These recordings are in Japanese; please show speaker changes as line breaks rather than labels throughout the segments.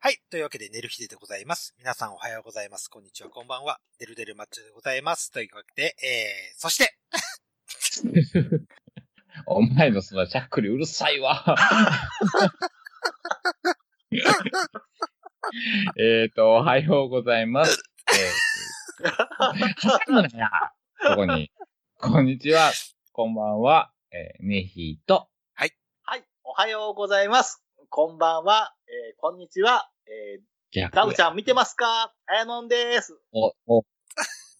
はい。というわけで、寝る日ででございます。皆さんおはようございます。こんにちは、こんばんは。デルデルマッチョでございます。というわけで、えー、そして、
お前のそのしゃっくりうるさいわ。 えっと、おはようございます。えー、挟むなやここに。こんにちは。こんばんは。えー、ねひと。
はい、おはようございます。こんばんは、えー、こんにちは、え
逆や
ー、ダウちゃん見てますかあやのんです。
お、お。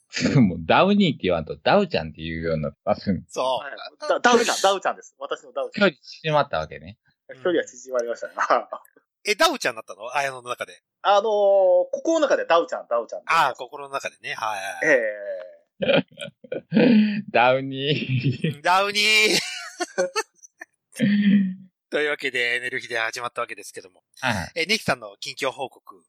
もうダウニーって言わんとダウちゃんって言うようになった。距
そ
はいダダウちゃん、ダウちゃんです。私のダウちゃん。
離縮まったわけね。
ん
距離は縮まりましたね。
う。え、ダウちゃんだったのあやのの中で。
あのー、心の中でダウちゃん、ダウちゃんって。
ああ、心の中でね。はいはい
え
はい。
ダウニー。
ダウニー というわけで、寝る日で始まったわけですけども。
はい
えー、ネヒさんの近況報告、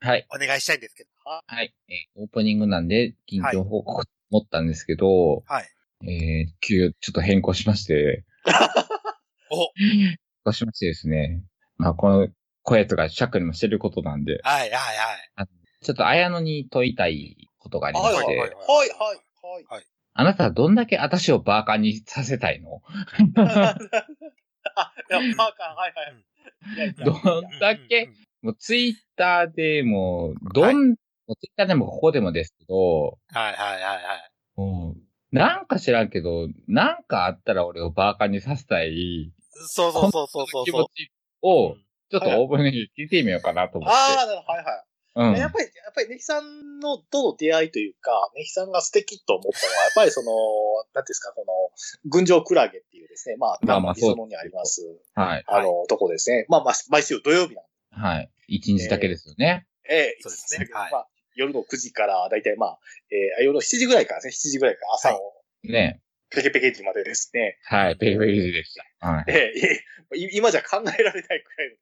はい。
お願いしたいんですけど。
はい。えーオープニングなんで、近況報告と思ったんですけど、
はい。
えー、急、ちょっと変更しまして、
お
変更しましてですね、まあ、この声とかシャックにもしてることなんで、
はいはいはい。
ちょっと綾野に問いたいことがありま
はい
し
はいはい
て、
はい、 はい、
あなたはどんだけ私をバーカにさせたいの
はい。あ、いや、パーカー、はい、はい。いやいや
どんだ
う
け
ん、
もうツイッターでもう、どん、もうツイッターでもここでもですけど、
はいはいはいはい。
もうなんか知らんけど、なんかあったら俺をバーカにさせたい
そうそうそうそうそう
気
そう
持。ちを、
うん
ちょっとオープニングに聞いてみようかなと思って。
ああ、なるほど、はい、はい。
うん。
やっぱり、やっぱり、ネヒさんのとの出会いというか、ネヒさんが素敵と思ったのは、やっぱりその、なんていうんですか、この、群青クラゲっていうですね、まあ、
まあまあ
理想のにあります、
はい。
はい
あの、とこですね。まあ、まあ、毎週土曜日なん
はい。一日だけですよね。
で、ええ
そうですねはい
まあ、夜の9時から、だいたいまあ、えー夜の7時ぐらいからですね、7時ぐらいから朝の
ね。
ペケペケ時までですね、
はい。ペリペリでした。はい。
ええい 今じゃ考えられないくらいの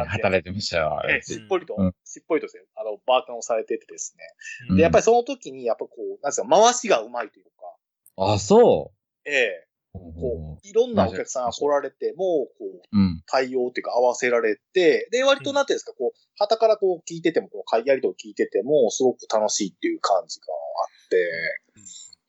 はい。働いてましたよ。あ
え
れ
えしっぽりと、
うん
しっぽりとですね、あの、バーカンをされててです
う
ね。
ん
で、やっぱりその時に、やっぱこう、なんですか、回しがうまいというか、
あ、そ
ええ
う。
こう、いろんなお客さんが来られても、こう、
うん。
対応っていうか合わせられて、で、割となんていうんですか、こう、旗からこう聞いてても、こう、会議やりとり聞いてても、すごく楽しいっていう感じがあっ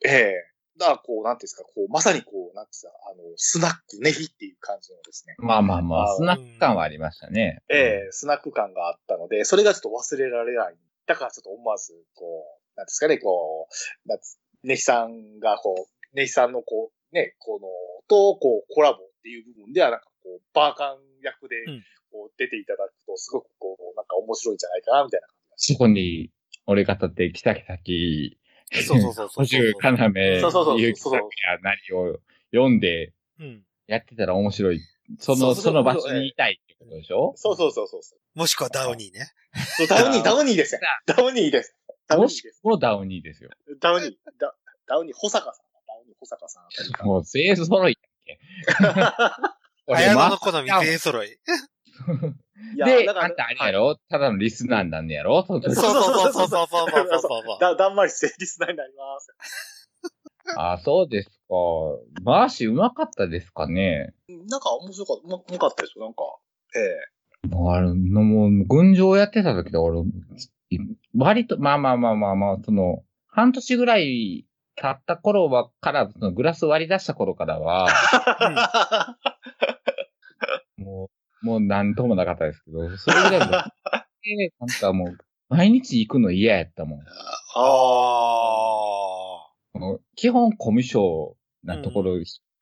て、ええだから、こう、なんていうんですか、こう、まさにこう、なんていうんですか、あの、スナックネヒっていう感じのですね、
まあまあま
あ
あ、
ー
スナック感はありましたね。
ええスナック感があったので、それがちょっと忘れられない。だからちょっと思わず、こう、なんていうんですかね、こう、なんつネヒさんが、こう、ネヒさんの、こう、ね、この、と、こう、コラボっていう部分では、なんか、こう、バーカン役で
うん、
こう、出ていただくと、すごく、こう、なんか面白いんじゃないかな、みたいな感じがし
そこに、俺が立って、キタキタキ、
そうそうそうそう。
補充、要、
そうそうそう
ゆうきさんや何を読んで、
うん。
やってたら面白い。そ
そ
の、
うそうそ
そ
う
の場所にいたいってことでしょ
そうそうそうそうそう
もしくはダウニーね。
そう。 ダウニー、ダウニーですね。ダウニーです。ダウニ
も
ーで
し
す
く。はダウニーですよ。
ダウニー、ダダウニー、保坂さん。ダウニー、保坂さんあたりか
もう、勢揃い。
ら。
あやのの好み全員揃い。
い
で、
だから
あんたあれやろ、ただのリスナーなんねやろその
そう
時
そうそうそうそうそうそうそう。
だ、だんまりしてリスナーになります。
あ、そうですか。回しうまかったですかね。
なんか面白かった、うまうまかったですよ、なんか。え
もうあれ、のもう、群青やってた時で俺、い割と、まあまあまあまあまあ、その、半年ぐらい経った頃は、から、そのグラス割り出した頃からは、
え。
もう、もうなんともなかったですけど、それぐらいもう、えーなんかもう、毎日行くの嫌やったもん。
あ
この基本コミュ障なところ、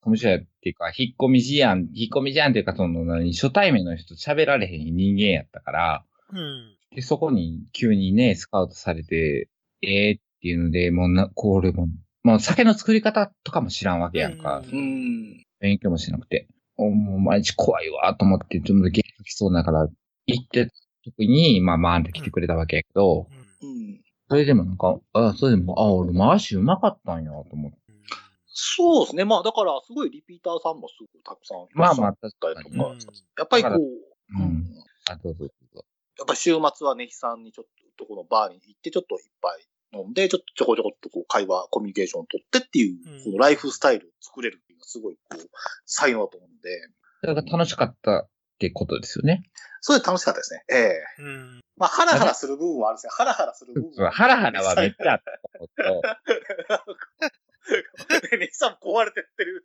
コミュ障やっていうか、引っ込み思案、引っ込み思案っていうか、その何、初対面の人と喋られへん人間やったから、
あ。うん。
で、そこに急にね、スカウトされて、ええっていうので、もうな、これも、まあ酒の作り方とかも知らんわけやんか、
うん
うん。
勉強もしなくて、おもう毎日怖いわと思って、ちょっとゲームきそうだから、行ってた時に、まあまあ、あんた来てくれたわけやけど、
うん
うん。
それでもなんか、あ、それでも、あ、俺回しうまかったんや、と思って。
そうですね。まあ、だから、すごいリピーターさんもすごくたくさんい
ま
ら
あ
っし
ま
ゃ
あ
っ、
確
た
か
り
に
と。
う
か
ん。
やっぱりこ
だ
う、
うん。あ、どうぞどうぞ。
やっぱ週末はね、ひさんにちょっと、このバーに行って、ちょっと一杯飲んで、ちょっとちょこちょこっとこう会話、コミュニケーションを取ってっていう
うん、
このライフスタイルを作れるっていうのはすごい、こう、才能だと思うんで。
それが楽しかったってことですよね。
それ楽しかったですね。ええ
うん。
まあ、ハラハラする部分はあるんですね。ハラハラする部分は。
ハラハラはめっちゃあったこと
ネさん壊れてってる。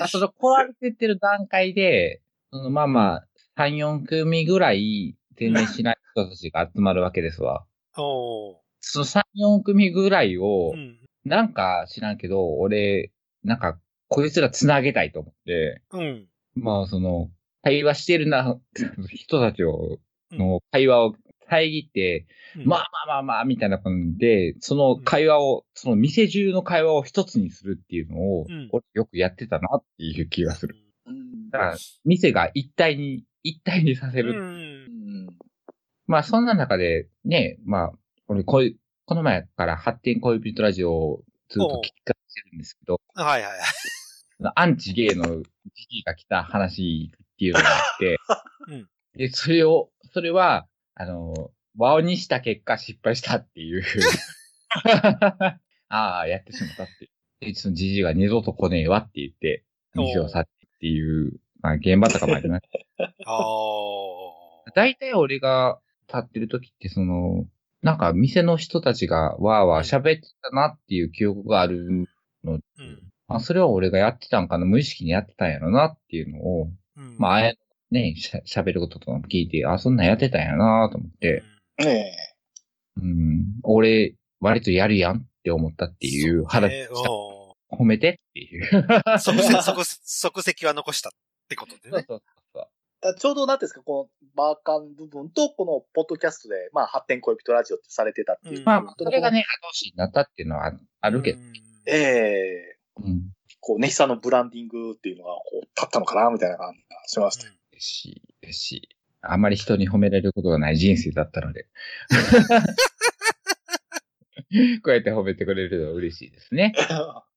あその壊れてってる段階で、そのまあまあ、3、4組ぐらい全然しない人たちが集まるわけですわ。
おー。
その3、4組ぐらいを
う、ん。
なんか知らんけど、俺、なんか、こいつら繋げたいと思って、
うん。
まあその、会話してるな、 人たちを、の会話を遮って、まあまあまあまあ、みたいな感じで、その会話を、その店中の会話を一つにするっていうのを
うん、
俺よくやってたなっていう気がする。
うん
だから、店が一体に、一体にさせ
う
る。
ん。
まあ、そんな中で、ね、まあ、俺、こういう、この前から発展恋人ラジオをずっと聞き返してるんですけど、
はいはいはい。
アンチゲイの時期が来た話っていうのがあって、
うん
で、それを、それは、あの、和をにした結果失敗したって いう。ああ、やってしまったっていう。で、そのじじいが二度と来ねえわって言って、店を去ってっていう、まあ、現場とかもありました
あ
大体俺が立ってる時って、その、なんか店の人たちがわーわー喋ってたなっていう記憶がある。
ー。うん。
あ、それは俺がやってたんかな、無意識にやってたんやろなっていうのを、
うん
まあ、あや、ね、しゃ喋ることとかも聞いて、あ、そんなんやってたんやなと思って、
ねえ。
うん、俺、割とやるやんって思ったっていう、腹、
えーお
褒めてっていう。
ー即席、即席即席は残したってことで
そう
ね。
そうそう。
だからちょうどなんていうんですか、このバーカン部分と、このポッドキャストで、まあ、発展恋人ラジオってされてたっていう。
うん
まあまあ、それがね、後押しになったっていうのはああるけど、
うん。
ええ
うん、
こう、ネヒさんのブランディングっていうのが、こう、立ったのかな、みたいな感じがしました。
嬉しい、嬉しい。あまり人に褒められることがない人生だったので。 こうやって褒めてくれるのは嬉しいですね。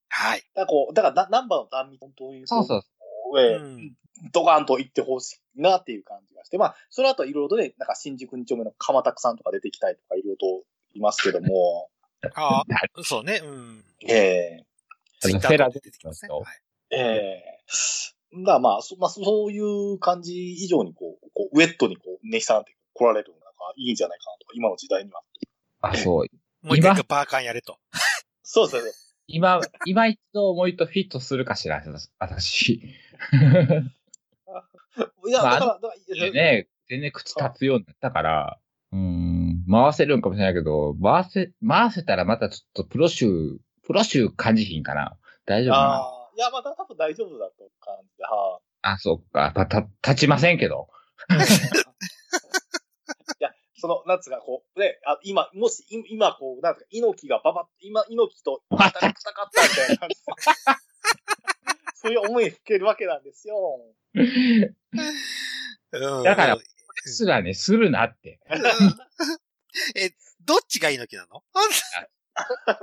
はい。
だからこう、だからな、ナンバーの断味、本当に
そうそう。
う、ええ
うん
ドカンと行ってほしいなっていう感じがして、まあ、その後いろいろとね、なんか新宿2丁目の鎌田さんとか出てきたりとかいろいろといますけども、
ああ、そうね。うん。
ええ
ツイッターで出てきますね。
フェラ
はい
ええだからまあ、そまあ、そそういう感じ以上にこう、こうウェットにこう、ネヒさんって来られるのがなんかいいんじゃないかなとか、今の時代には。
あ、そう。
もう一回バーカンやれと。
そうですね。
今、今一度思いとフィットするかしら、私。
いや、
まあ
だから、だから、
ね、全然口立つようになったから、うん、回せるんかもしれないけど、回せ、回せたらまたちょっとプロ集、プロ集感じひんかな。大丈夫か
あ
な
あ、いや、まあ、多分大丈夫だと感じで、は
あ、そっか。た、た、立ちませんけど。
い。その、なんつうか、こう、ね、あ今、もし、い今、こう、なんつうか、猪木がばば、今、猪木と戦ったみたいな感じでそういう思いを吹けるわけなんですよ。
うん
だから、すらね、するなって。
え、どっちが猪木なの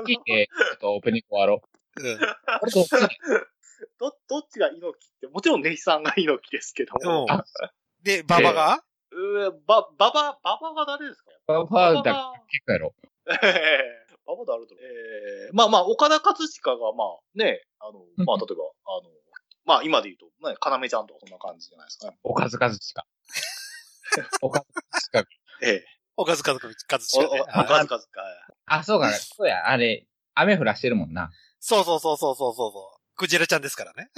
聞いて、ちょっとオープニング終わろ
うん。
う。 これどっち
ど、どっちが猪木って、もちろんネヒさんが猪木ですけど
うん
も。
で、馬場が
うーば、ばば、ばばは誰ですか
バファーだ、結構やろ。
ええババダルト。ええまあまあ、岡田和親が、まあね、あの、ま
う
あ
ん
例えば、あの、まあ今で言うと、ね、かなめちゃんとかそんな感じじゃないですかね。
おかずかず しか。おかずかずしか。
ええ
おかずかずかずし
お、
か
お、
ね
お
あ
かずかずか。
あ、そうか、そうや、あれ、雨降らしてるもんな。
そうそうそうそうそうそうそう。クジラちゃんですからね。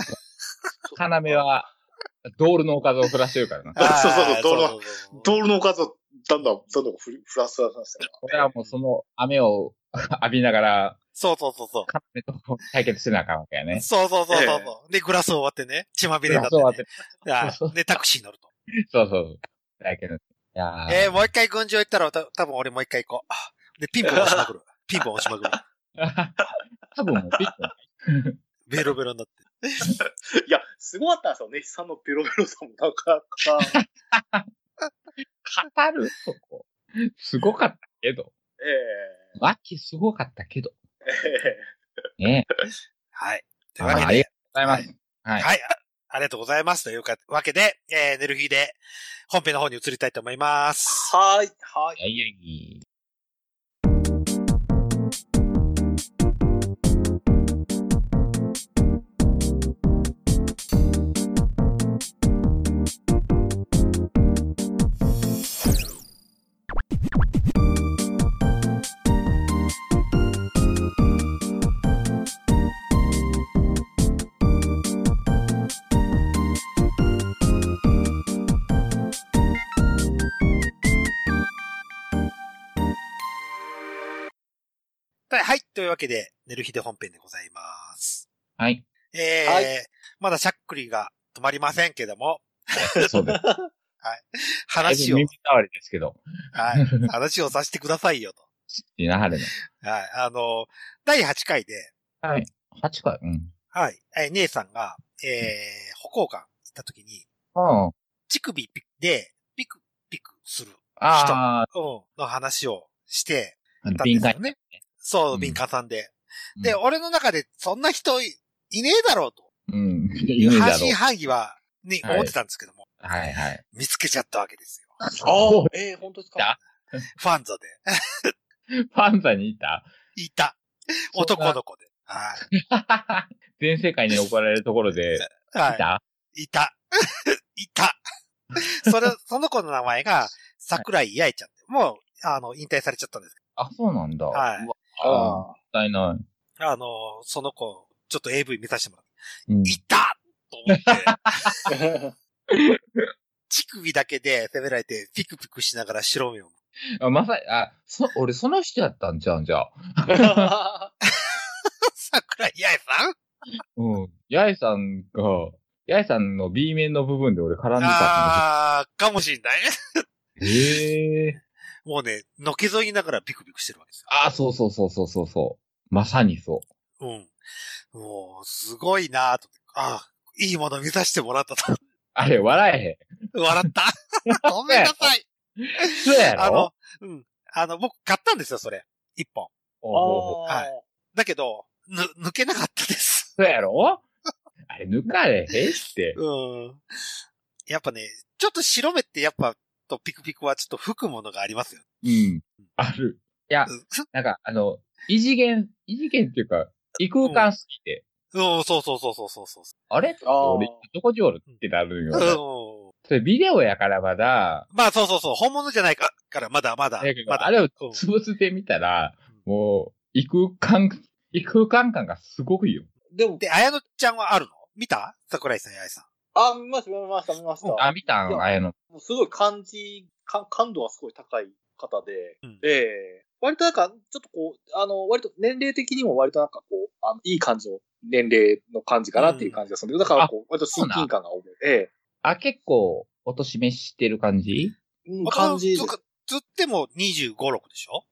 要は、ドールのおかずを降らしてるからな。
あそうそうそう
あー
道路
そうそうそう
ドールのおかずをだんだん、どんどんふり、ふらすらさせて
俺はもうその雨を 浴びながら、
そうそうそうそう。
カメと対決してなあかんわけやね。
そうそうそうそうそう。で、グラスを割ってね、血まみれになって
そう
ね、
そうそう
あーで、タクシーに乗ると。
そうそう。だけど、いやー
えーもう一回軍場行ったら、た多分俺もう一回行こう。で、ピンポン押しまくる。ピンポン押しまくる。
多分もうピッと
ベロベロになって。
いや、すごかったんですよね。ネヒさんのペロペロさもなかなか。
語るそこ。すごかったけど。
ええ
ワッキーすごかったけど。
ええ
ねえ。
はい。というわ
あ
け
あり
で
が、とうございます。はい。
はい。あありがとうございます。というかわけで、えー、エネルギーで本編の方に移りたいと思います。
はーい、はい。
いやいやい
というわけで、寝る日で本編でございます。
はい。
えー
はい
まだしゃっくりが止まりませんけども、
そうです。
話を
耳、障りですけど。
はい、話をさせてくださいよ
いなはれ
と。はい、あの、第8回で、
の。はい。8回。うん。
はい、えー姉さんが、えー、歩行館行った時に、
ああ。
乳首ピで、ピクピクする、
あ
うん、の話をして
あ、
たんで
敏
す
感
よ。ね。そうう、
ん
敏感さんで。
うん
で、俺の中で、そんな人いいねえだろうと。
うん。
い
いうい
半
だろ
信
う。
半疑は、に
はい
思ってたんですけども、
はいはい。
見つけちゃったわけですよ。
そ
ええ本当です
か
ファンザで。
う。パンザにいた
いた。
そんな
男の子で。は
全世界に怒られるところで、
い。
い
はい。
た
いた。 いた。それ、 その子の名前が、桜井八重ちゃんで。もう、あの、引退されちゃったんですけ
あ、そうなんだ。
ど。はい。
ああ、もっ
ああ。
たいな
あの、その子、ちょっと AV 見させてもらっ
い。うん
て。いたと思って、
え
乳首だけで攻められて、ピクピクしながら白目を。
あまさに、あ、そ、俺その人やったんちゃうんじゃあ。
桜井八重さん
うん。八重さんが、八重さんの B 面の部分で俺絡んでた
あー、かもしんない。
んですへえ。
もうね、のけぞいながらピクピクしてるわけですよ。
あ、そうそうそうそうそうそう。まさにそ
うん。もう、すごいなと。あいいもの見させてもらったと。
う。あれ、笑え
笑 った。ごめんなさい。
へん。そうやろ
あの、、うん。あの、僕買ったんですよ、それ。一本。
おうおうおう
はだけど、ぬ、抜けなかったです。
そうやろあれ、抜かれへんって。
うん。やっぱね、ちょっと白目ってやっぱ、とピクピクはちょっと吹くものがありますよ。
うん。ある。いや
う、ん
なんか、あの、異次元、異次元っていうか、異空間すぎて、
うん、そうそうそうそうそうそう。
あれ
ああ
俺、どこじおるってなるよ。
うん。
それビデオやからまだ、
まあそうそうそう、本物じゃないか、からまだまだ
だけ、ど
まだ。
あれを
うん
潰してみたら、もう、異空間、異空間感がすごいよ。
でも、
で、綾乃ちゃんはあるの見た桜井さん、八重さん。
あ、見ました、見ました、見ました。
あ、見た
いや
んあやの。
もうすごい感じ、か感度はすごい高い方で、
うん
ええ割となんか、ちょっとこう、あの、割と年齢的にも割となんかこう、あのいい感じの年齢の感じかなっていう感じがするんだけど、だからこう、割と親近感が多い。え
あ、結構、おとしめしてる感じ
えうん感じです
つ。つっても25、6でしょ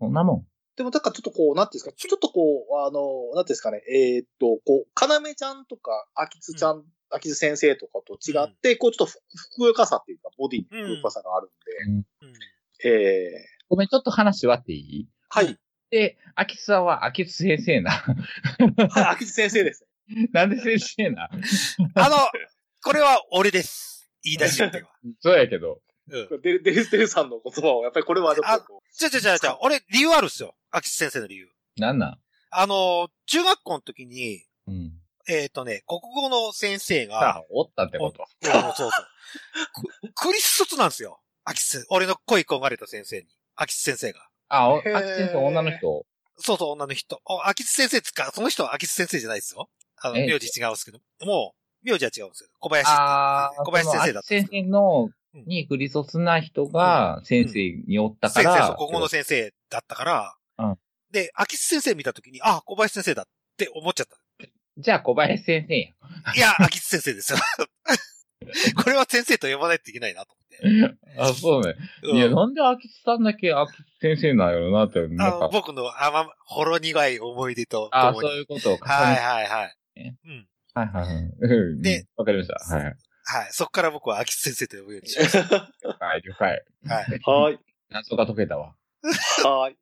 そんなも
でも、だからちょっとこう、なんていうんですか、ちょっとこう、あの、なんていうんですかね、えーっと、こう、かなめちゃんとか、あきつちゃん、あきつ先生とかと違って、こう、ちょっとふふくよかさっていうか、ボディにふくよかさがあるん
ん。うん
うん。
で、ええ
ごめん、ちょっと話割っていい
はい、
で、秋津さんは秋津先生な。
はい、あきつ先生です。
なんで先生な
あの、これは俺です。言い出しっては。
そうやけど。
うん。
デル、デルステルさんの言葉を、やっぱりこれはちょっとこう
ちょちょちょちょ、俺理由あるっすよ。秋津先生の理由。
なんなん
あの、中学校の時に、
うん。
えっ、とね、国語の先生
さ
が、
あ、おったってこと。
うんそうそう。くク リス卒なんですよ。秋津先俺の恋焦がれた先生に。秋津先生が。
あ、お
へ
秋
ー
津先生、女の人。
そうそう、女の人。あ秋津先生つか、その人は秋津先生じゃないですよ。あの、
え
名字違うんですけど。もう、名字は違うんですけど。小林って
ああ、
小林先生だったんです
先
け
生
ど。
の、に、クリソスな人が、先生におったか
先生、
ら。
そう、国語の先生だったから、
うん
で、秋津先生見たときに、あ、小林先生だって思っちゃ った。
じゃあ、小林先生や。
いや、秋津先生ですよ。 これは先生と呼ばないといけないなと思って。
あ、そうね。
うん
いや、なんで秋津さんだけ秋津先生なんやろうなって、な
あ
ん
の
か。
僕の甘、ほろ苦い思い出と
あ
と
あ、
も
そう
に。
いうことを重ねて
はいはいはい。うん。
はいはいはい。うん
で、
わかりました。はいはい。
はい。そこから僕は秋津先生と呼ぶようにしまし
了解、了解。
た。はい。
はい。
謎が解けたわ。
はい。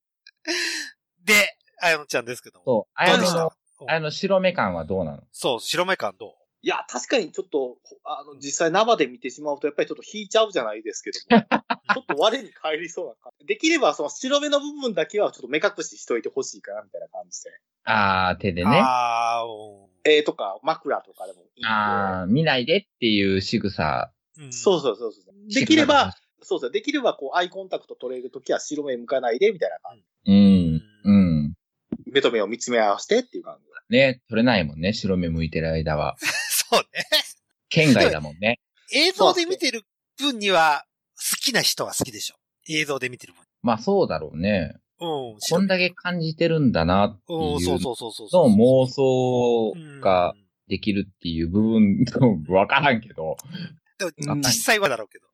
で、あやのちゃんですけども。
そう。あ
ど
や
うで
の
した
の、あやの白目感はどうなの
そう、白目感どう
いや、確かにちょっと、あの、実際生で見てしまうと、やっぱりちょっと引いちゃうじゃないですけ ども、ちょっと我に返りそうな感じ。できれば、その白目の部分だけはちょっと目隠ししといてほしいかな、みたいな感じ
ああ、手でね。
ああ、お
で。えー、とか、枕とかでもいいんで。
ああ、見ないでっていう仕草。
ーうん
そうそうそうそう。できれば、、そうですね。できれば、こう、アイコンタクト取れるときは白目向かないで、みたいな感
う
うん
ん、うん。
じ。目と目を見つめ合わせてっていう感じ。
ね、取れないもんね、白目向いてる間は。
そうね。
県外だもんね。
映像で見てる分には、好きな人は好きでしょ。映像で見てる分。
まあそうだろうね。
うん。
こんだけ感じてるんだなって
うん、
い
そううそうそうそうそう。
の妄想が
うん
できるっていう部分とわからんけど。
でも実際はだろうけど。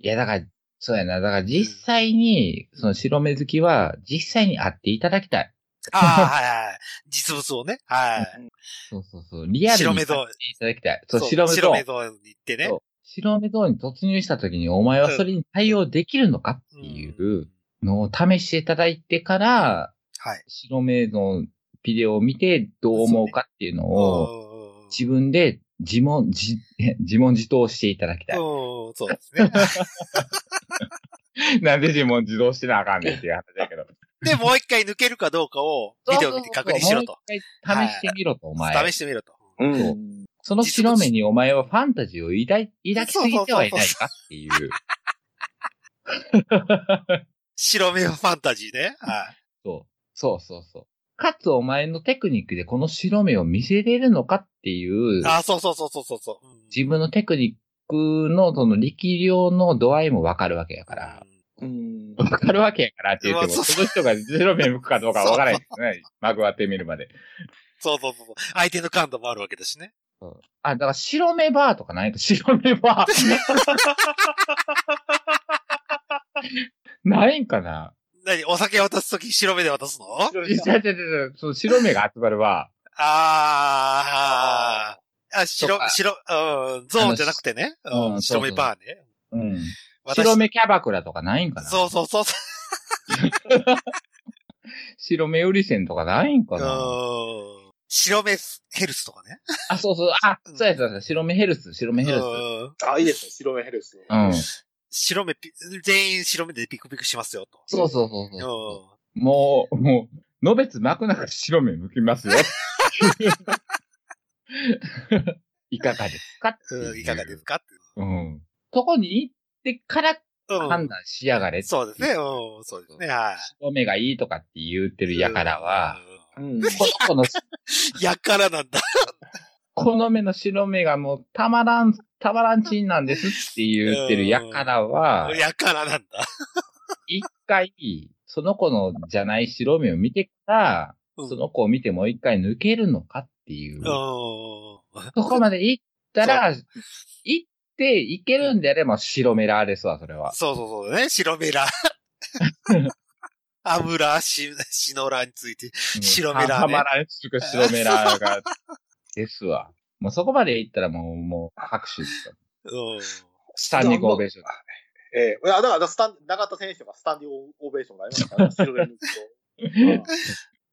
いや、だから、そうやな。だから実際に、その白目好きは実際に会っていただきたい。
ああ、はいはい。実物をね。はい。
そうそうそう。リアルに会っていただきたい。そう、白目
白
像。
目像に行ってね。
そう白目像に突入した時にお前はそれに対応できるのかってい
うん
うのを試していただいてから、
はい。
白目のビデオを見てどう思うかっていうのを
お
自分で自問自、 自問自答していただきたい。
おそうです ね。
なんで自問自答してなあかんねんっていう話だけど。
で、もう一回抜けるかどうかをビデオ見て確認しろと。
そうそうそう。もう一回試してみろと、お前
試。してみろと。
うん
そうその白目にお前はファンタジーを抱い、抱きすぎてはいないかっていう。
白目ファンタジーね。はい。
そう。そうそうそう。かつお前のテクニックでこの白目を見せれるのかっていう、
あ、そうそうそうそうそうそう。うん
自分のテクニックのその力量の度合いもわかるわけやから。。
うん。
わかるわけやからって言って
うわそ
も、
う
その人が白目向くかどうかわからないですね。まぐわってみるまで。
そうそうそうそう。相手の感度もあるわけだしね。
あ、だから白目バーとかないと白目バ ー。ないんかな
何お酒渡すとき白目で渡すのあ
違う違う違う、その白目が集まるバ
あー。あ、
と
白、
か
白、うん、ゾーンじゃなくてね。う
の
ん、
しう
白
ん
目バーね。
ー。うん。
私
白目キャバクラとかないんかな
そうそうそうそ
白目売り線とかないんか
う。う
な
ん。白目ヘルスとかね。
あ、そうそう。あ、そうやそうや。白目ヘルス、白目ヘルス。
うん
あ、いいですね。白目ヘルス。
うん。
白目ピ、全員白目でピクピクしますよ、と。
そうそうそう
うん。
そう。もう、もう、のべつまくなく白目向きますよ。いかがですかって
うん、
う
いかがですかっていう。
うん。とこに行ってから
う
判
ん。
断しやがれ。
そうですね。うん、そうですね。はい。
白目がいいとかって言ってるやからは、
う。
うんん。
この子の
やからなんだ。
この目の白目がもうたまらん、たまらんちんなんですって言ってるやからは、
やからなんだ。
一回、その子のじゃない白目を見てか
う
ら、
ん
その子を見てもう一回抜けるのかっていう
う、ん。
そこまで行ったら、行っていけるんであれば白目ラーですわ、それは。
そうそうそうだね。白目 ら。油、し、しのらについて。
うん
白目ラーね
はまらんしく白目ラーが、ですわ。もうそこまで行ったらもう、もう拍手ですよ。
うん。
スタンディングオベーション。
ええいや、だから、スタン、永田選手がスタンディングオベーションがありました から、白目ヘルスと。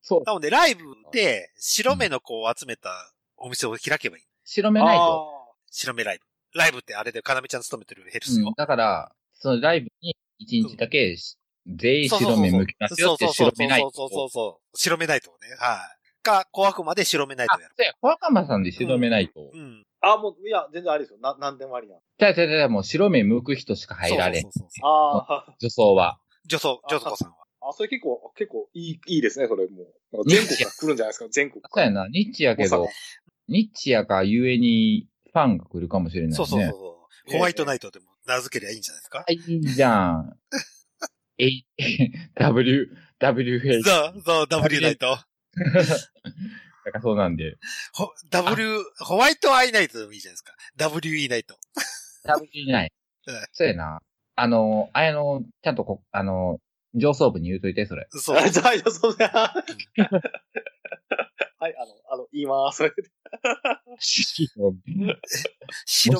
そう。
なので、ライブで、白目の子を集めたお店を開けばいい。
白目ないと。
白目ライブ。ライブってあれで、かなめちゃん勤めてるヘルス
うん
よ。
だから、そのライブに一日だけ、全員白目向きますよって
そう
白
そう
目ない
そう
と。
そうそうそう。白目ナイトをね。はい。か、小悪魔で白目ナイ
あ、
ト
そ
をやる。
うや、小若間さんで白目ないと
う。ん。
ああ、もう、いや、全然あれですよ。な、なんでもありなん。
じゃあじゃあじゃあもう白目向く人しか入られん
そ。うそうそうそう
ああ、
女装は。
女装、女装子さんは。
あ、それ結構、結構いい、いいですね、それもう。なんか全国から来るんじゃないですか、全国か
そうや
ら。
な、ニッチやけ
大
ど
阪、
ニッチやかゆえにファンが来るかもしれないね。
そうそうそうそう。
ええ
ホワイトナイトでも名付けりゃいいんじゃないですか。
あいいじゃ ん。え、W、WH。だ
そう、そう、W ナイト。
からそうなんで。
ほ W、ホワイトアイナイトでもいいじゃないですか。WE ナイト。
WG ない
うん。
そうやな。あの、あやの、ちゃんとこ、あの、上層部に言うといて、 それ。
そう。
あじゃあ、いやそう だ。はい、あの、あの、言います。
白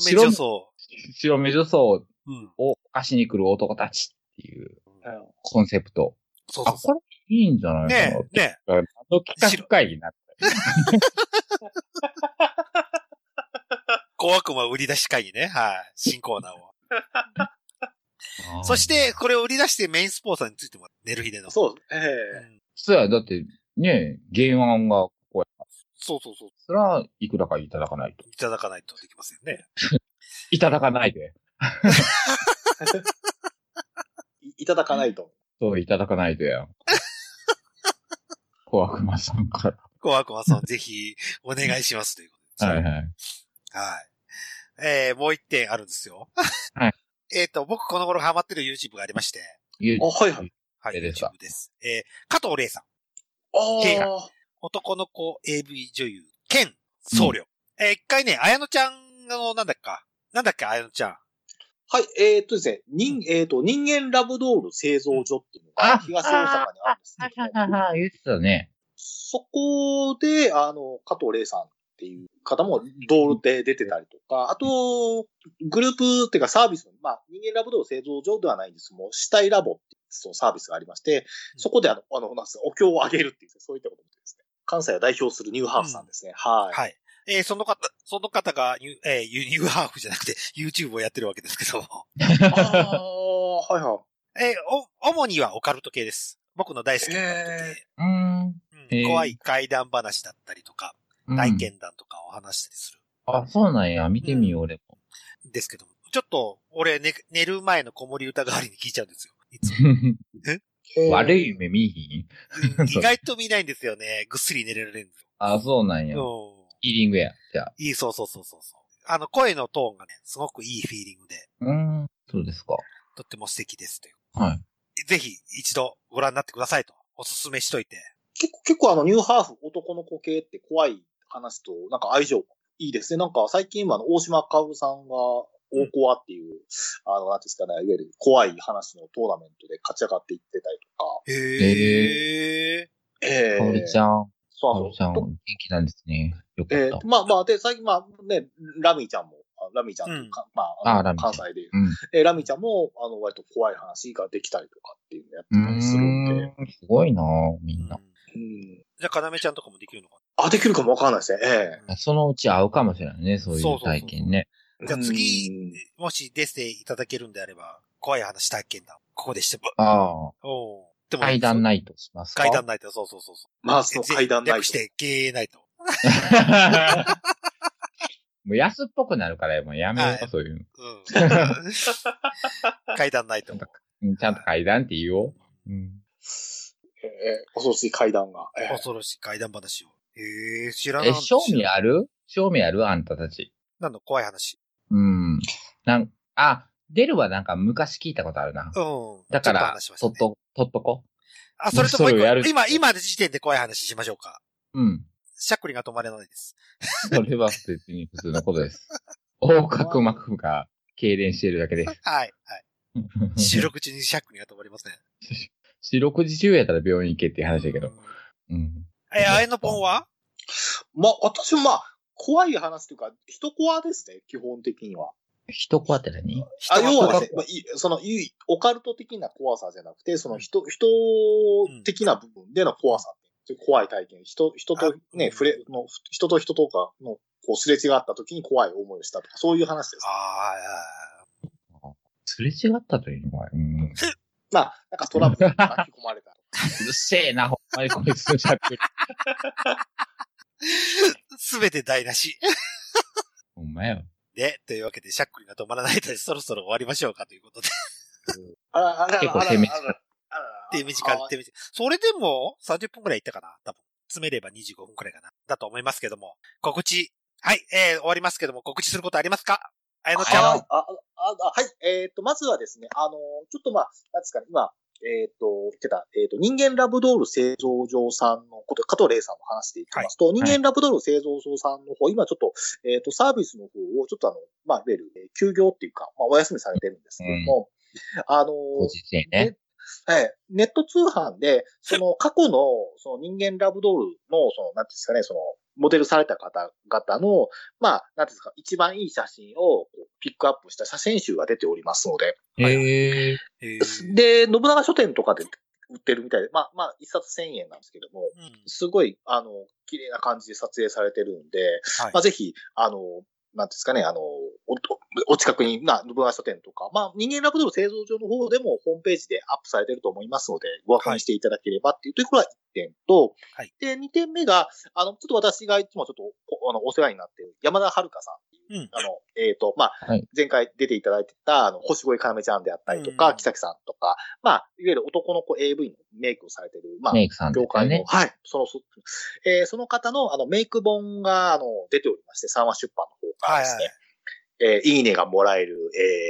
目女装。
白目女装
うん。
を犯しに来る男たちっていう
うん
コンセプト。
そう
あ、
そうそ
これいいんじゃな
う。
い
ね
か
え、ね
な。あの企画会議になっ
え。小悪魔売り出し会議ね。はい。新コーナーを。
た。
そして、、これを売り出してメインスポンサーについてもらう、寝る日での。
そう、え
う
え
ん
そうや、だって、ねえ、原案が、こうや
そうそうそう。
それはいくらかいただかないと。
いただかないとできませんね。
いただかないで。
いいただかないと。
そう、いただかないで よ。小悪魔さんか
小悪魔さん、ぜひ、お願いしますということ
ら。
で
は
す。
いはい。
はい。えー、もう一点あるんですよ。
はい。
えっと、僕この頃ハマってる YouTube がありまして、
ゆ
あはいはい。
はい、
えですか
YouTube です。えー、加藤玲さん。
ああ。
男の子 AV 女優、兼僧侶。えー一回ね、綾乃ちゃんの、なんだっけか、なんだっけ、綾乃ちゃん。
はい、えーっとですね、人、えーっと、人間ラブドール製造所っていうのが、
あ
東大阪にあるんですけど、
はいはいはい、言ってたね。
そこで、あの、加藤玲さんっていう方もドールで出てたりとか、あと、グループっていうかサービスの、まあ、人間ラブドール製造所ではないんですけども、死体ラボっていうそのサービスがありまして、そこであの、あの、なんですかお経をあげるっていう、そういったことですね。関西を代表するニューハーフさんですね。はい。
はい。えーその方、その方がニュ、えーユニューハーフじゃなくて、YouTube をやってるわけですけども。
ああ、はいはい。
えーお、主にはオカルト系です。僕の大好きなオカルト
うーん。
系。
へー
うん、怖い怪談話だったりとか、
うん
大見談とかを話したりする。
あ、そうなんや。見てみよう、俺も。
ですけども。ちょっと、俺、ね、寝る前の子守歌代わりに聞いちゃうんですよ。い つも
へー
悪い。夢見いひん
うん意外と見ないんですよね。ぐっすり寝られるんです
あ、そうなんや。
よ。うん。
ヒーリングや。じゃあ。
いい、そうそうそうそうそう。あの、声のトーンがね、すごくいいフィーリングで、
うーん。そうですか。
とっても素敵ですという。
はい。
ぜひ、一度ご覧になってくださいと、おすすめしといて。
結構、結構あの、ニューハーフ、男の子系って怖い話と、なんか愛情、いいですね。なんか最近今の大島かおるさんが、大コアっていう、あの、なんていうんですかね、いわゆる怖い話のトーナメントで勝ち上がっていってたり
へえ。
とか。ええ
かおりちゃん、か
そ
お
う
りち
そ
ゃ、
うんと。
元気なんですね。よかっ
ええ
た。
まあまあ、で、最近まあね、ラミーちゃんも、あラミーちゃんというか、まあ、
あラミーちゃ
関
ん
西で、
うん。
えーラミーちゃんも、あの、割と怖い話ができたりとかっていうのやってたりするんで。
うーん。すごいなみんな。
うん
じゃあ、かなめちゃんとかもできるのか
あ、できるかもわからないですね。え
な、
そのうち会うかもしれないね、そうい
そうそうそ
う
う
体験ね。
え
じゃあ次
うん
もし出ていただけるんであれば、怖い話体験談、ここでしても。
あ
おうで
あ、
も
階段
い。
ナイトしますか
階段ないと、そうそうそうそう。
まあ、その階段ない
略して、経営ないと。
もう安っぽくなるから、もうやめよ、
はいう
そういう
うん。 階段ないと。
の。ちゃんと階段って言おう。うん。
ええ恐ろしい階段が。ええ
恐ろしい怪談話を。へえ、知らな
え、
い。
興味ある興味あるあんたたち。
なんの怖い話。
うん。なん、あ、出るはなんか昔聞いたことあるな。
うん。
だか
ちょっと
ら
話しま、した
とっ
ね
と、とっとこ。
あ、それともう一
もうそれをやる
個、今、今の時点で怖い話しましょうか。
うん。
しゃっくりが止まれないです。
それは別に普通のこと です。横隔膜が痙攣しているだけです。
はい、はい。収録中にしゃっくりが止まりません。
四六時中やったら病院行けっていう話だけ
う
ど
ん。。
うん。
え、あえのぽんは
まあ、私もまあ、怖い話というか、人怖ですね、基本的には。
一コアって何
あ、
人が
要はね
人、
まあ、いその、いオカルト的な怖さじゃなくて、その人、人的な部分での怖さっていう怖い体験。人、人と
あ
ね、触れ、の人と人とかの、こう、すれ違った時に怖い思いをしたとか、そういう話です。
あ
すれ違ったというのは、うん。う
まあ、なんかトラブルに巻き込まれた。
るせえな、ほんまにこいつのしゃっく り。
あ、すべて台無し。
ほんまやわ。
で、というわけで、しゃっくりが止まらないので、そろそろ終わりましょうかということで。
あら、あら、あら、
結構
あら、あ
手
ら
短い、
あら
手短い、手短い。それでも、30分くらいいったかな多分。詰めれば25分くらいかな。だと思いますけども。告知。はい、えー、終わりますけども、告知することありますかあやのちゃん。
はい。あ、あ、あはい。えっ、と、まずはですね、あの、ちょっとまあ、なんですかね、今、えっ、と、言ってた、えっ、と、人間ラブドール製造所さんのこと、加藤玲さんの話でいきますと、人間ラブドール製造所さんの方、今ちょっと、えっ、と、サービスの方を、ちょっとあの、まあ、いわゆる、えー休業っていうか、まあ、お休みされてるんですけども、あの、
ご時世ね。
はい。ネット通販で、その過去の、その人間ラブドールの、その、なんていうんですかね、その、モデルされた方々の、まあ、なんていうんですか、一番いい写真をこうピックアップした写真集が出ておりますので、
へえ。
え
で、信長書店とかで売ってるみたいで、まあ、まあ、一冊千円なんですけども、
うん
すごい、あの、綺麗な感じで撮影されてるんで、
はい
まあ、ぜひ、あの、なんていうんですかね、あの、お、お近くに、な、信長書店とか、まあ、人間ラブドール製造所の方でもホームページでアップされてると思いますので、ご確認していただければっていうところが1点と、
はい
で、2点目が、あの、ちょっと私がいつもちょっとお、あの、お世話になっている山田遥さんっていう
うん
あの、えっ、と、まあ、
はい
前回出ていただいてた、あの、星越かなめちゃんであったりと
う
か、
ん
木崎さんとか、まあ、いわゆる男の子 AV のメイクをされてる、まあ、
メイクさんと
業
か
界の、
ね。
はい、その、そえーその方の、あの、メイク本が、あの、出ておりまして、三話出版の方からですね。
はい
えーいいねがもらえる、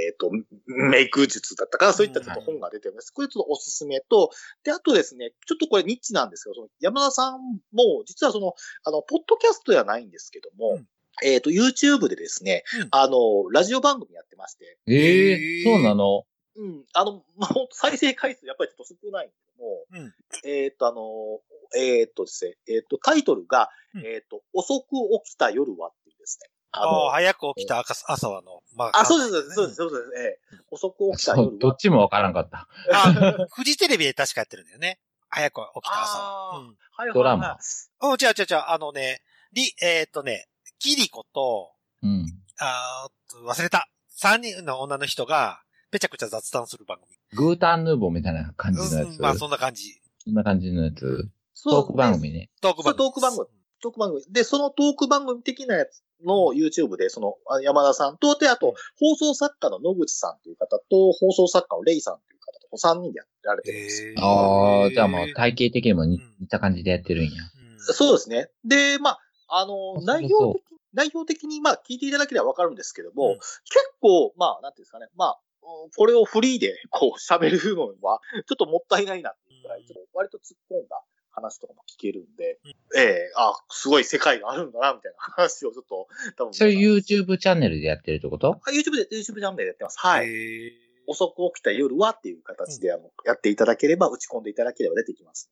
えっ、と、メイク術だったから、そういったちょっと本が出てるんです。これちょっとおすすめと、で、あとですね、ちょっとこれニッチなんですけど、その山田さんも、実はその、あの、ポッドキャストではないんですけど
う
も、
ん
えっ、と、YouTube でですね、
うん
あの、ラジオ番組やってまして、
ええ
えー
そうなの
うん、あの、 まあ、ほんと再生回数やっぱりちょっと少ないんですけども、
うん
えっ、と、あの、えっ、とですね、えっ、と、タイトルが、
うん
えっ、と、遅く起きた夜はっていうですね、あ
あ
の
あ、早く起きた朝朝はの、ま
あ、そうです、そうです、。そうです、そうですええ。遅く起きた
そ
夜
う、どっちもわからんかった。
あ、フジテレビで確かやってるんだよね。早く起きた朝は。
あ
う
ー
ん
はいはいはい
ドラマ。
うん、違う違う違う、あのね、り、えーっとね、キリコと、
うん。
あー忘れた。三人の女の人が、ぺちゃくちゃ雑談する番組。
グータンヌーボーみたいな感じのや
うん、
つ。
まあそんな感じ。
そんな感じのやつ。
そ
ト
う
ーク番。組ね。
トーク番組。
そうトーク番組。トーク番組。で、そのトーク番組的なやつの YouTube で、そのあ山田さんと、で、あと、放送作家の野口さんという方と、放送作家のレイさんという方と、この3人でやられてるんですよ。
えー
ああ、じゃあもう体系的にも似
うん
似た感じでやってるんや。
うん
そうですね。で、まあ、あの、
そう
内容的、内容的に、まあ、聞いていただければわかるんですけど
うん
も、結構、まあ、なんていうんですかね、まあ、うんこれをフリーで、こう、喋るのは、 ちょっともったいないなっていうくらい、ちょっと割と突っ込んだ話とかも聞けるんで、
うん
ええあ、すごい世界があるんだな、みたいな話をちょっと、多分。
それ YouTube チャンネルでやってるってこと
あ YouTube で、YouTube チャンネルでやってます。はい。
えー
遅く起きた夜はっていう形で、あの、やっていただければ、打ち込んでいただければ出てきます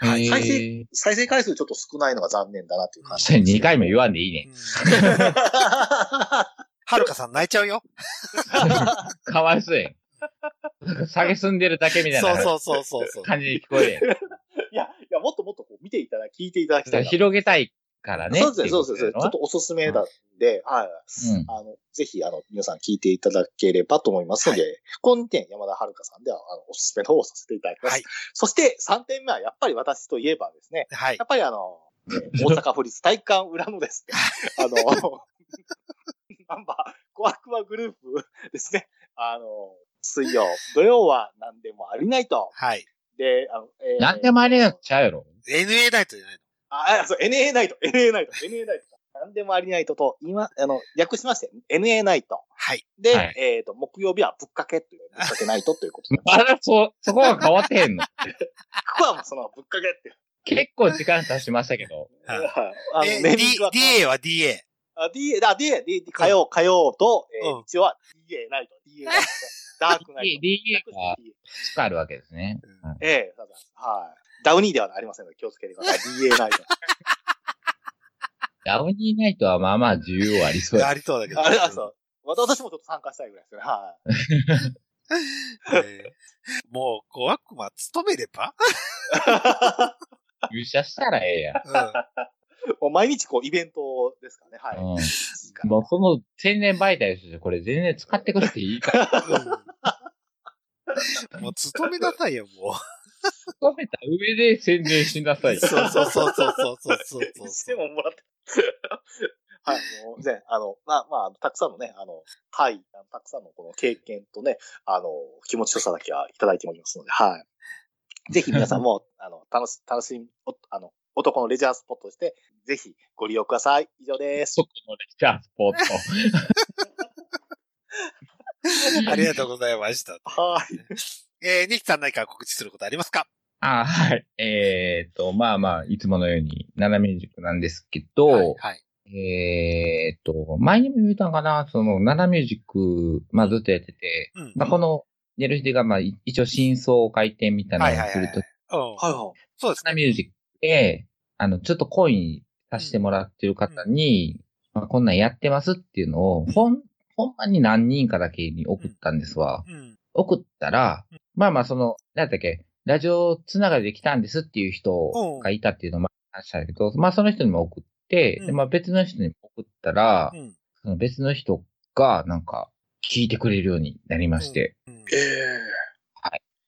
ので、
はい
えー
再生再生回数ちょっと少ないのが残念だなっていう感じ
それ2回も言わんでいい
うん
ね。
はるかさん泣いちゃ うよ。
かわいそうやん。下げすんでるだけみたい
そう
な
そうそうそうそう。
感じに聞こえる
いや、いや、もっともっとこう見ていただき、聞いていただきた
や
い
ん。
な。
広げたいからね。
そうですね、そうです
ってい
ね。
こ
ちょっとおすすめなんで、はい。
とやろ
あの、ぜひ、あの、皆さん聞いていただければと思いますので、この2点、山田遥さんでは、あの、おすすめの方をさせていただきます。
はい
そして、3点目は、やっぱり私といえばですね、
はい
や。っぱりあの、えー大阪府立体育館裏のですね、あの、ナンバー、小悪魔グループですね、あの、水曜、土曜は何でもありないと。
はい。
で、あの、え
うん。なんでもありなくちゃうやろ。
NA ナイトじゃない
あ、あそう、NA ナイト、NA ナイト、NA ナイト。何でもありナイトと、今、あの、略しまして、NA ナイト。
はい。
で、
はい
えっ、と、木曜日はぶっかけという、ぶっかけナイトとい うことで
あら、そ、そこは変わってへんの。
ここはもうその、ぶっかけっていう。
結構時間経ちましたけど。
あ
はい
の、
え
ネー
D
ミングは、
DA は DA。
あ D、あ、D、D、火曜、火曜と、えー
うん
一応は DA ナイト、DA ナイト。ダークナイ
D
ト。略
DA が
して DA
使えるわけですね。
ええただ、はい。ダウニーではありませんので、気をつ けてください。DA ナイト。
ダウニーナイトはまあまあ需要ありそうや。
ありそうだけど。
あれ、あ、そう。わた私もちょっと参加したいぐらいですね。はい。
えーもう、小悪魔勤めれば
入社したらええやん。
う
もう毎日こう、イベントですからね。はい。
うん
一時間
もうその宣伝媒体としてこれ全然使ってくれていいから。
ん。もう、勤めなさいよ、も
勤めた上で宣伝しなさ
う。
い。
そうそうそうそうそうそうそうそう
してももらって。 はい、もう、ね、あの、まあ、まあ、たくさんのね、あの、はい、たくさんのこの経験とね、あの、気持ちよさだけはいただいておりますので、はい。ぜひ皆さんも、 あの、楽し、楽しみ、おあの、男のレジャースポットとして、ぜひご利用ください。以上です。
そこのレジャースポット。
ありがとうございました。
はい。
えー、ニキさん何か告知することありますか
あはい。えっ、と、まあまあ、いつものように斜め塾なんですけど、
はいはい。
えっ、と、前にも言ったんかな、その、ナナミュージック、まあずっとやってて、
うん。
まあこの、ネルヒデが、まあい一応真相回転みたいなのをするとき、
うん。
はいは
そうです
ナ
ね。
ナミュージックで、あの、ちょっとコインさせてもらってる方に、まあこんなんやってますっていうのを、ほん、ほんまに何人かだけに送ったんですわ。
うん。
送ったら
うん、
まあまあその、なんだっけ、ラジオつながりで来たんですっていう人がいたっていうのもあしたけど、まあその人にも送って、
うん
でまあ別の人にも送ったら、
うん。
その別の人がなんか聞いてくれるようになりまして、
うん
ええ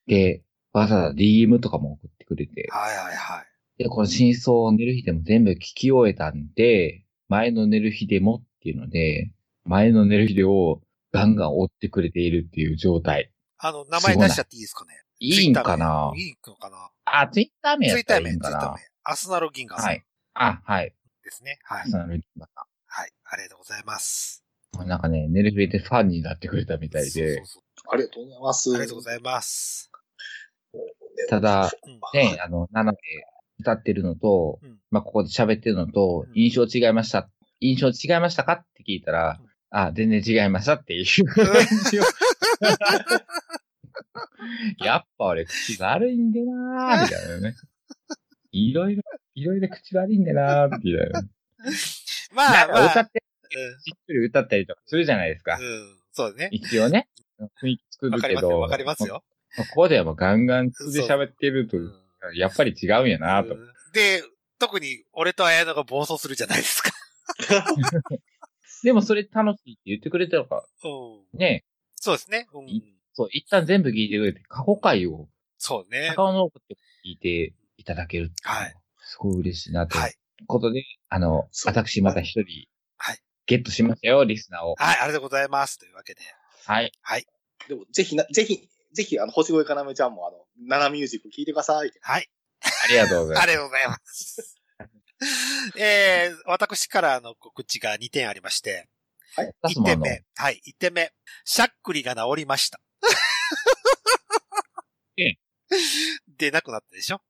で、わざわざ DM とかも送ってくれて、
はいはいはい。
で、この真相を寝る日でも全部聞き終えたんで、前の寝る日でもっていうので、前の寝る日でをガンガン追ってくれているっていう状態。
あの、名前出しちゃっていいですかね
いいんかな
Twitter 名いいのかな
あ、ツイッター名や
ツイ
っ
ッタ
た
ー
ら
名、
いい
ツイ
ん
ッタ
か
ー
な
名。。アスナロギンガーさ
は
ん
い。あ、はい。
ですね。はい。
そのルーティンだった
はい。ありがとうございます。
なんかね、ネルフェでファンになってくれたみたい
そうそ
で
う、そ
ありがとうございます。
うありがとうございます。
ただ、
うん
ね、あの、7で歌ってるのと、
うん
まあ、ここで喋ってるのと
うん、
印象違いました。印象違いましたかって聞いたら
うん、
あ、全然違いましたっていう やっぱ俺口悪いんでなーみたいなね。いろいろ、いろいろ口悪いんでなーみたいな。
まあ、ま
なんか歌
あ
って、しっとり歌ったりとかするじゃないですか
う。ん、うん、そうだね。
一応ね。雰囲気作
わ
る
かり
け
ますよ、
ど。
わかりますよ。
まあ。ここではもうガンガン素で喋ってると
う、ん
やっぱり違うんやなーと
う。んで、特に俺と綾野が暴走するじゃないですか。
でもそれ楽しいって言ってくれたのか、
うん、
ね、
そうですね。うん、
そう、一旦全部聞いてくれて、過去回を、
そうね。
高尾の奥って聞いていただける。
はい。
すごい嬉しいなと。
はい。
ことで、あの、
そう
私また一人、
はい。
ゲットしましたよ、リスナーを。
はい、ありがとうございます。というわけで。
はい。
でも、ぜひな、ぜひ、ぜひ、あの、星越かなめちゃんも、あの、ナナミュージック聞いてください。
はい、
ありがとうございま
あ
す。
りがとうございます。 えー、私からの告知が2点ありまして、
ガス
1
マ
点
ンの
目、はい、1点目、しゃっくりが治りました。
ええ
出なくなった でしょ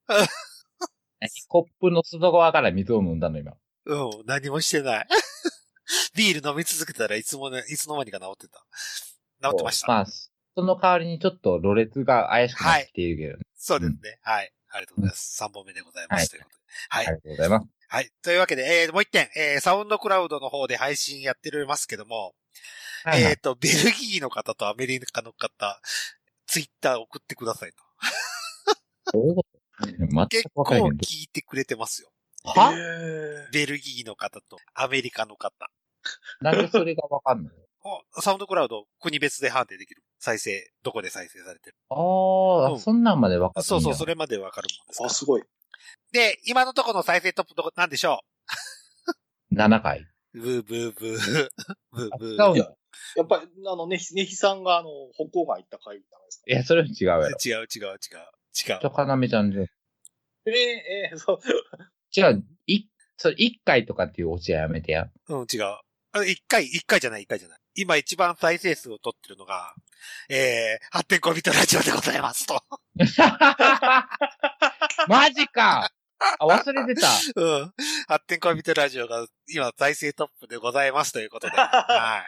コップの外側から水を飲んだの、今。
うん、何もしてない。 ビール飲み続けたらいつもね、いつの間にか治ってた。治ってました。
まあ、その代わりにちょっと、ろれつが怪しくなってきているけど、ね
そうですね、はい。ありがとうございます。3本目でございます。
はい
ということで。はい。
ありがとうございます。
はい。というわけで、えー、もう一点、えー、サウンドクラウドの方で配信やっておりますけども、
はい、
えっ、と、ベルギーの方とアメリカの方、ツイッター送ってくださいと。
どういうこと全
結
く
構
わかんない
聞
け
いてくれてますよ。
ど。
は
は
ベルギーの方とアメリカの方。
なんでそれがわかんない
おサウンドクラウド、国別で判定できる。再生、どこで再生されてる。
ああ、
うん
そんなんまでわかんないんだ。
そうそう、それまでわかるもんですか
あ、すごい。
で、今のところの再生トップどこ、なんでしょ
7回。
うブーブーブー。 ブー
あ
ブ
違う
ー
ん。だ。
やっぱり、あの、ねひ、ねひさんが、あの、北欧館行った回じゃないですか。
いや、それは違うやろ。
違う違う違う。違う
と。かなめちゃんで。
ええええそう。
じゃあ、い、それ一回とかっていうオチはやめ てや。
うん、違う。あ一回、一回じゃない、一回じゃない。今一番再生数を取ってるのが、えー、発展コビトラジオでございますと。
マジかあ、忘れてた。
うん。発展コビトラジオが今再生トップでございますということで。 は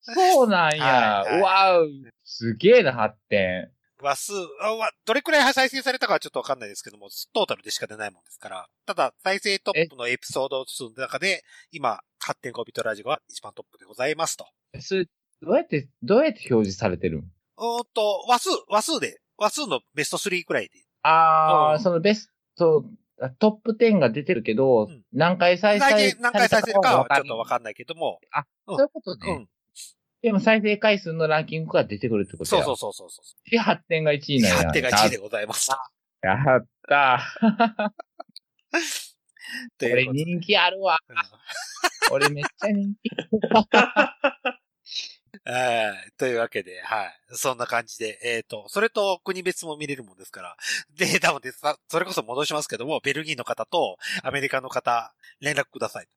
そうなんや。
はいはい
わう。すげえな、発展。
い。話数、あわどれくらい再生されたかはちょっとわかんないですけども、トータルでしか出ないもんですから。ただ、再生トップのエピソード数の中で、今、発展コビトラジオが一番トップでございますと。
それ、どうやって、どうやって表示されてるん
うーんと、話数、話数で、話数のベスト3くらいで。
あ
う
ー、
ん
そのベスト、トップ10が出てるけど、
うん
何回再生さ
最
れ
近何回再生かはちょっとわ
ん
かんないけども、
ない。そういうこと
う
ね。
ん。
でも再生回数のランキングが出てくるってこと
そ
や
うそうそうそうそう。
で、発展が1位なんや。
勝手が1位でございます。
やったー。
とい
俺
うことで
人気あるわ。俺めっちゃ人気。
うんはいというわけで、はい。そんな感じで、えっ、と、それと国別も見れるもんですから。 で、なので、さそれこそ戻しますけども、ベルギーの方とアメリカの方、連絡ください。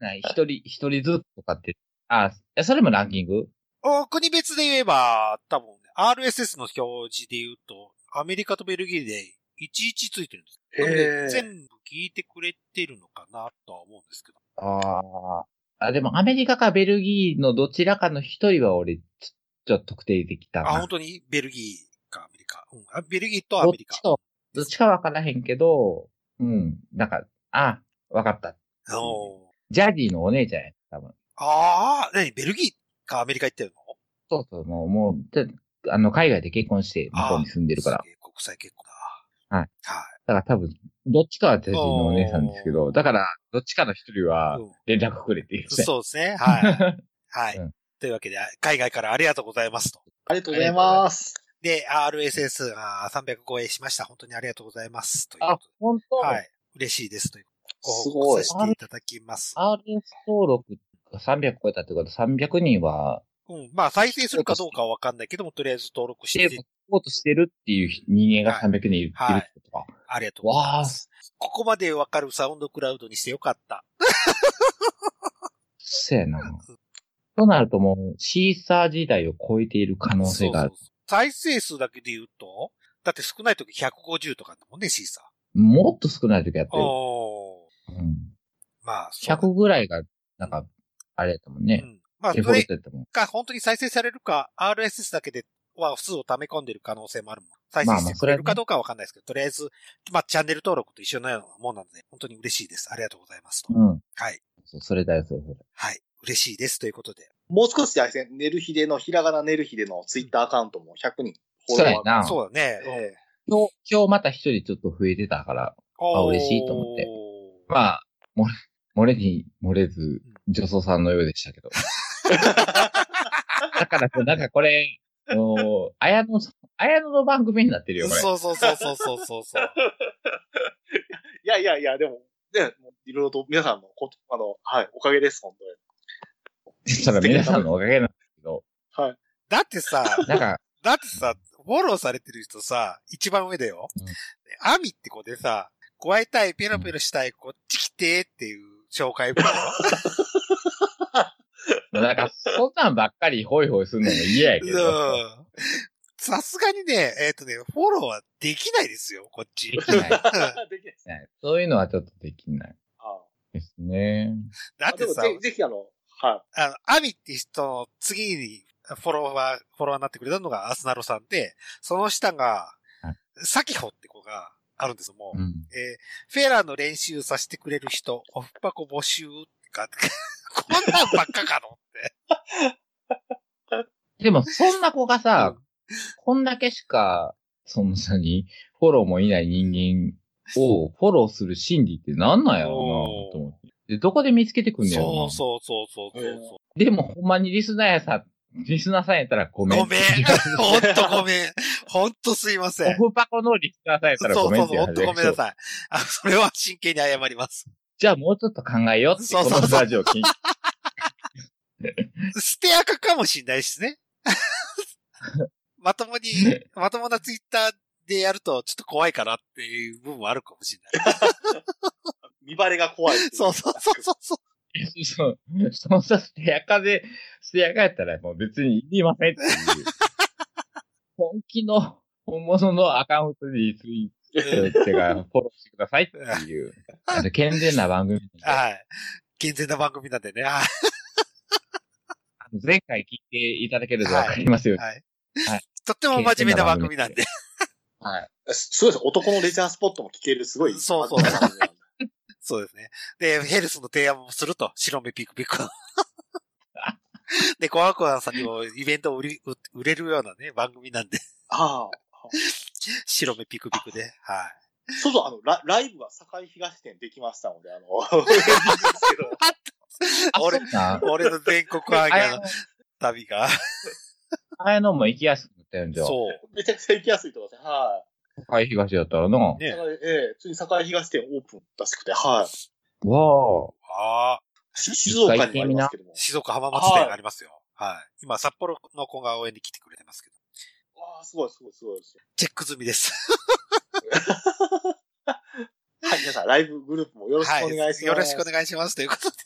ない 一人、一人ずつとかって。あ、いやそれもランキング
お国別で言えば、多分、RSS の表示で言うと、アメリカとベルギーで11ついてるんです。なので全部聞いてくれてるのかなとは思うんですけど。
ああ。あ、でもアメリカかベルギーのどちらかの一人は俺、ちょちょっと特定できたな。
あ、本当にベルギーかアメリカ。うん。あベルギーとアメリカ。
どっちと、どっちかわからへんけど、うん。なんか、あ、わかった。
おー
ジャディのお姉ちゃんや、多分。
ああ、何ベルギーかアメリカ行ってるの
そうそう、もう、もう、であの、海外で結婚して、向こうに住んでるから
す。げえ国際結婚だ。
はい。
は
だから多分、どっちかはジャディのお姉さんですけ
お
ど、だから、どっちかの一人はい
うん。
連絡くれって言って。
そうですね。 はい。はい。
うん
というわけで、海外からありがとうございますと。
ありがとうございます。
で、RSS が300超えしました。本当にありがとうございます。という
あ
こ、
本当、
とで。はい。嬉しいです。という。ご
す
報
ご
告
い
さ。せていただきます。
RS 登録が300超えたってことは300人は、
うん。まあ、再生するかどうかはわかんないけども、とりあえず登録し
で、
て
サ、ポートしてるっていう人間が
はい
300人いる,、
はい
ってことか。
ありがとうござい
わ
ま
あ、
す。ここまでわかるサウンドクラウドにしてよかった。
そうやな。となるともう、シーサー時代を超えている可能性がある
そう。そうそう再生数だけで言うと、だって少ない時150とかだもんね、シーサ
もっと少ない時やって
ー。
る。
お
うん、
ーまあ、そう
100ぐらいが、なんか、あれだったもん
う
ね。
ん。まあ、
デ
そ
フォル
れ
トやったもん。
が本当に再生されるか、RSS だけでは数を溜め込んでる可能性もあるもん。再生してくれるかどうかはわかんないですけど、とりあえず、まあ、チャンネル登録と一緒のようなもんなので、本当に嬉しいです。ありがとうございますと。
うん。
はい。
そう、それだよ、それ、それ。
はい。嬉しいです。ということで。
もう少しですね、寝る日での、ひらがな寝る日でのツイッターアカウントも100人フ
そ
ォ
う
ロ
や
ワーが。
な。
そうだね。うん
ええ
今日、今日また一人ちょっと増えてたから、あ嬉しいと思って
おー
まあ、漏れ、漏れに漏れず、女装さんのよう でしたけど。だから、なんかこれ、もう、綾野さん、綾野の番組になってるよ、これ。
そうそうそうそうそうそう そう。
いやいやいや、でも、ね、もういろいろと皆さんのこと、あの、はい、おかげです、本
それは皆さんのおかげなんですけど、
当に。はい。
だってさ、
なんか、
だってさ、フォローされてる人さ、一番上だよ。
うん
でアミって子でさ、加えたい、ペロペロしたい、こっち来てっていう紹介文だよ。
なんか、そんなんばっかりホイホイするのも嫌やけど、
うんさすがにね、えっ、とね、フォローはできないですよ、こっち。
で きな
う
い
ん
できないです。
ねそういうのはちょっとできない
あ
ですね。
だ
あ
っ
で
て
も
さ、
ぜ、ぜひあの、は
あの、アミって人の次にフォロワー、フォロワーになってくれたのがアスナロさんで、その下が
はい、
サキホって子があるんですもん。
うん。
えーフェラーの練習させてくれる人、オフパコ募集か、 こんなんばっかかのって。
でも、そんな子がさ、こんだけしか、そんなに、フォローもいない人間をフォローする心理って何なんやろうな、と思って。で、どこで見つけてくんねやろ
そう
な。
そうそうそうそうそう。
でも、ほんまにリスナーやさ、リスナーさんやったらごめん。
ごめん。ほんとごめん。ほんとすいません。
オフパコのリスナーさんやったら
そ
ご
う
めん
そう
っ
そ
て
う、
言
ほ
わ
んとごめ
れ
んなさい。あ、それは真剣に謝ります。
じゃあもうちょっと考えようって、
そう
こ
そう
のラジオ聞いて。
捨てアカかもしんないしね。 まとも に、まともなツイッターでやるとちょっと怖いかなっていう部分もあるかもしれない。
い。見バレが怖いって い。
そうそうそうそうそう。
そう。そのさ、捨てやかで、捨てやかやったらもう別にいりませんって いう。本気の、本物のアカウントでリツイートってか、フォローしてくださいっていう。 あの健全な番組なんで。
はい。健全な番組なんでね。はい。
あの前回聞いていただけるとわかりますように。
はい
はい
とっても真面目な番組なんで。
はい。
すすごいです。男のレジャースポットも聞ける、すごい。
そうそう
あの
そうですね。で、ヘルスの提案もすると、白目ピクピ ク。で、コアコアさんにもイベントを売り売売れるようなね、番組なんで、
ああ。
白目ピクピクで。はい。
そうそう、あの、ラライブは堺東店できましたので、あの、 ですけど
俺、
あ
俺の全国アイ
や
の旅が。
あやのも行きやすくなったやんじゃあ。
そ
めちゃくちゃ行きやすいとこですね。は
海東やったらな。わ
う。
い。
ね
だ。からええついに堺東店オープンらしくて、はい。
あ。
ああ。
し静岡にもありますけども。
静岡浜松店がありますよ。はい。今、札幌の子が応援に来てくれてますけど。
わあ、すごい、すごい、すごいです。
チェック済みです。
はい、皆さん、ライブグループもよろしくお願いします。
よろしくお願いします。ということで。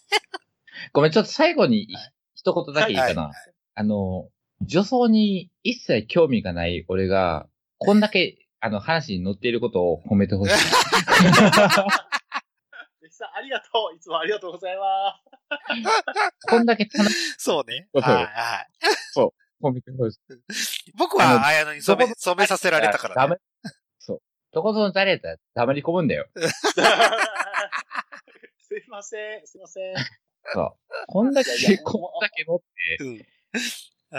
ごめん、ちょっと最後に一言だけいいかな。
はい
あの、女装に一切興味がない俺が、こんだけ、あの、話に乗っていることを褒めてほしい。
いします。ありがとう。いつもありがとうございます。
こんだけ楽し
そうね。
そう
は
そ
いうはい。
い褒めてほしい。
僕
あ
は、
の
綾野に染め、
ど
染めさせられたからね。
ダメ。そう。どこぞの誰だったら黙り込むんだよ。
すいません、すいません。
そう。こんだ
いやい
け、
や
こんだけ乗っ
うん。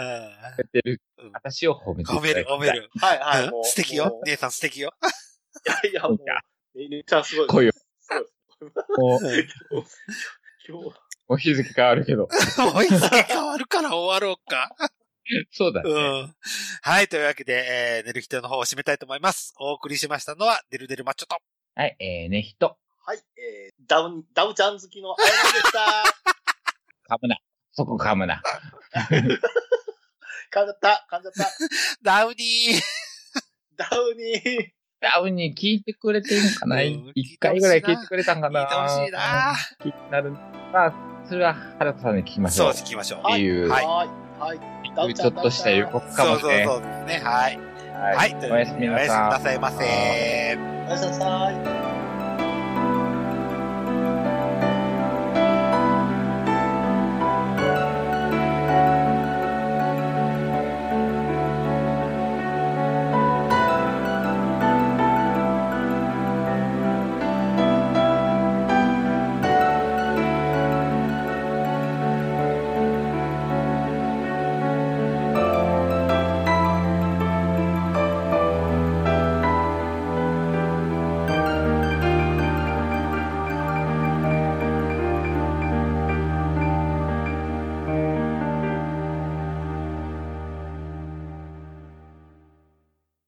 あ
てってる
うん
私を褒めて
褒める、褒め
る。
る。
はい、はい、
う
も
ん
う。
素敵
も
よ。
う
姉さん素敵よ。
いやいや、もう。めっちゃすごい。
来いよ。
すごい。
もう、
今日は
もう日付変わるけど。
もう日付変わるから終わろうか。
そうだね。
うん。はい、というわけで、えー、寝る人の方を締めたいと思います。お送りしましたのは、デルデルマッチョと。
はい、えー、ね、人、
はい、えー、ダウン、ダウちゃん好きのあやなでした。
噛むな。そこ噛むな。
噛んじゃった、噛んじゃっ
ダウニー
た。ダウにー。
ダウンに聞いてくれてるのかな
うん
一、回ぐらい聞いてくれたんかな
聞いてほしいな
うん気になる。まあ、それは原田さんに聞きましょ
そう
う。
です、聞きましょう。
っていう、
はい
はい。はい。
いうちょっとした予告か
そ
も
う
し
そう
れん。
そうですね。はい。
は。
はいい。ということで
おやすみなさ
おや
い
すみなさいませ。
おやすみなさい。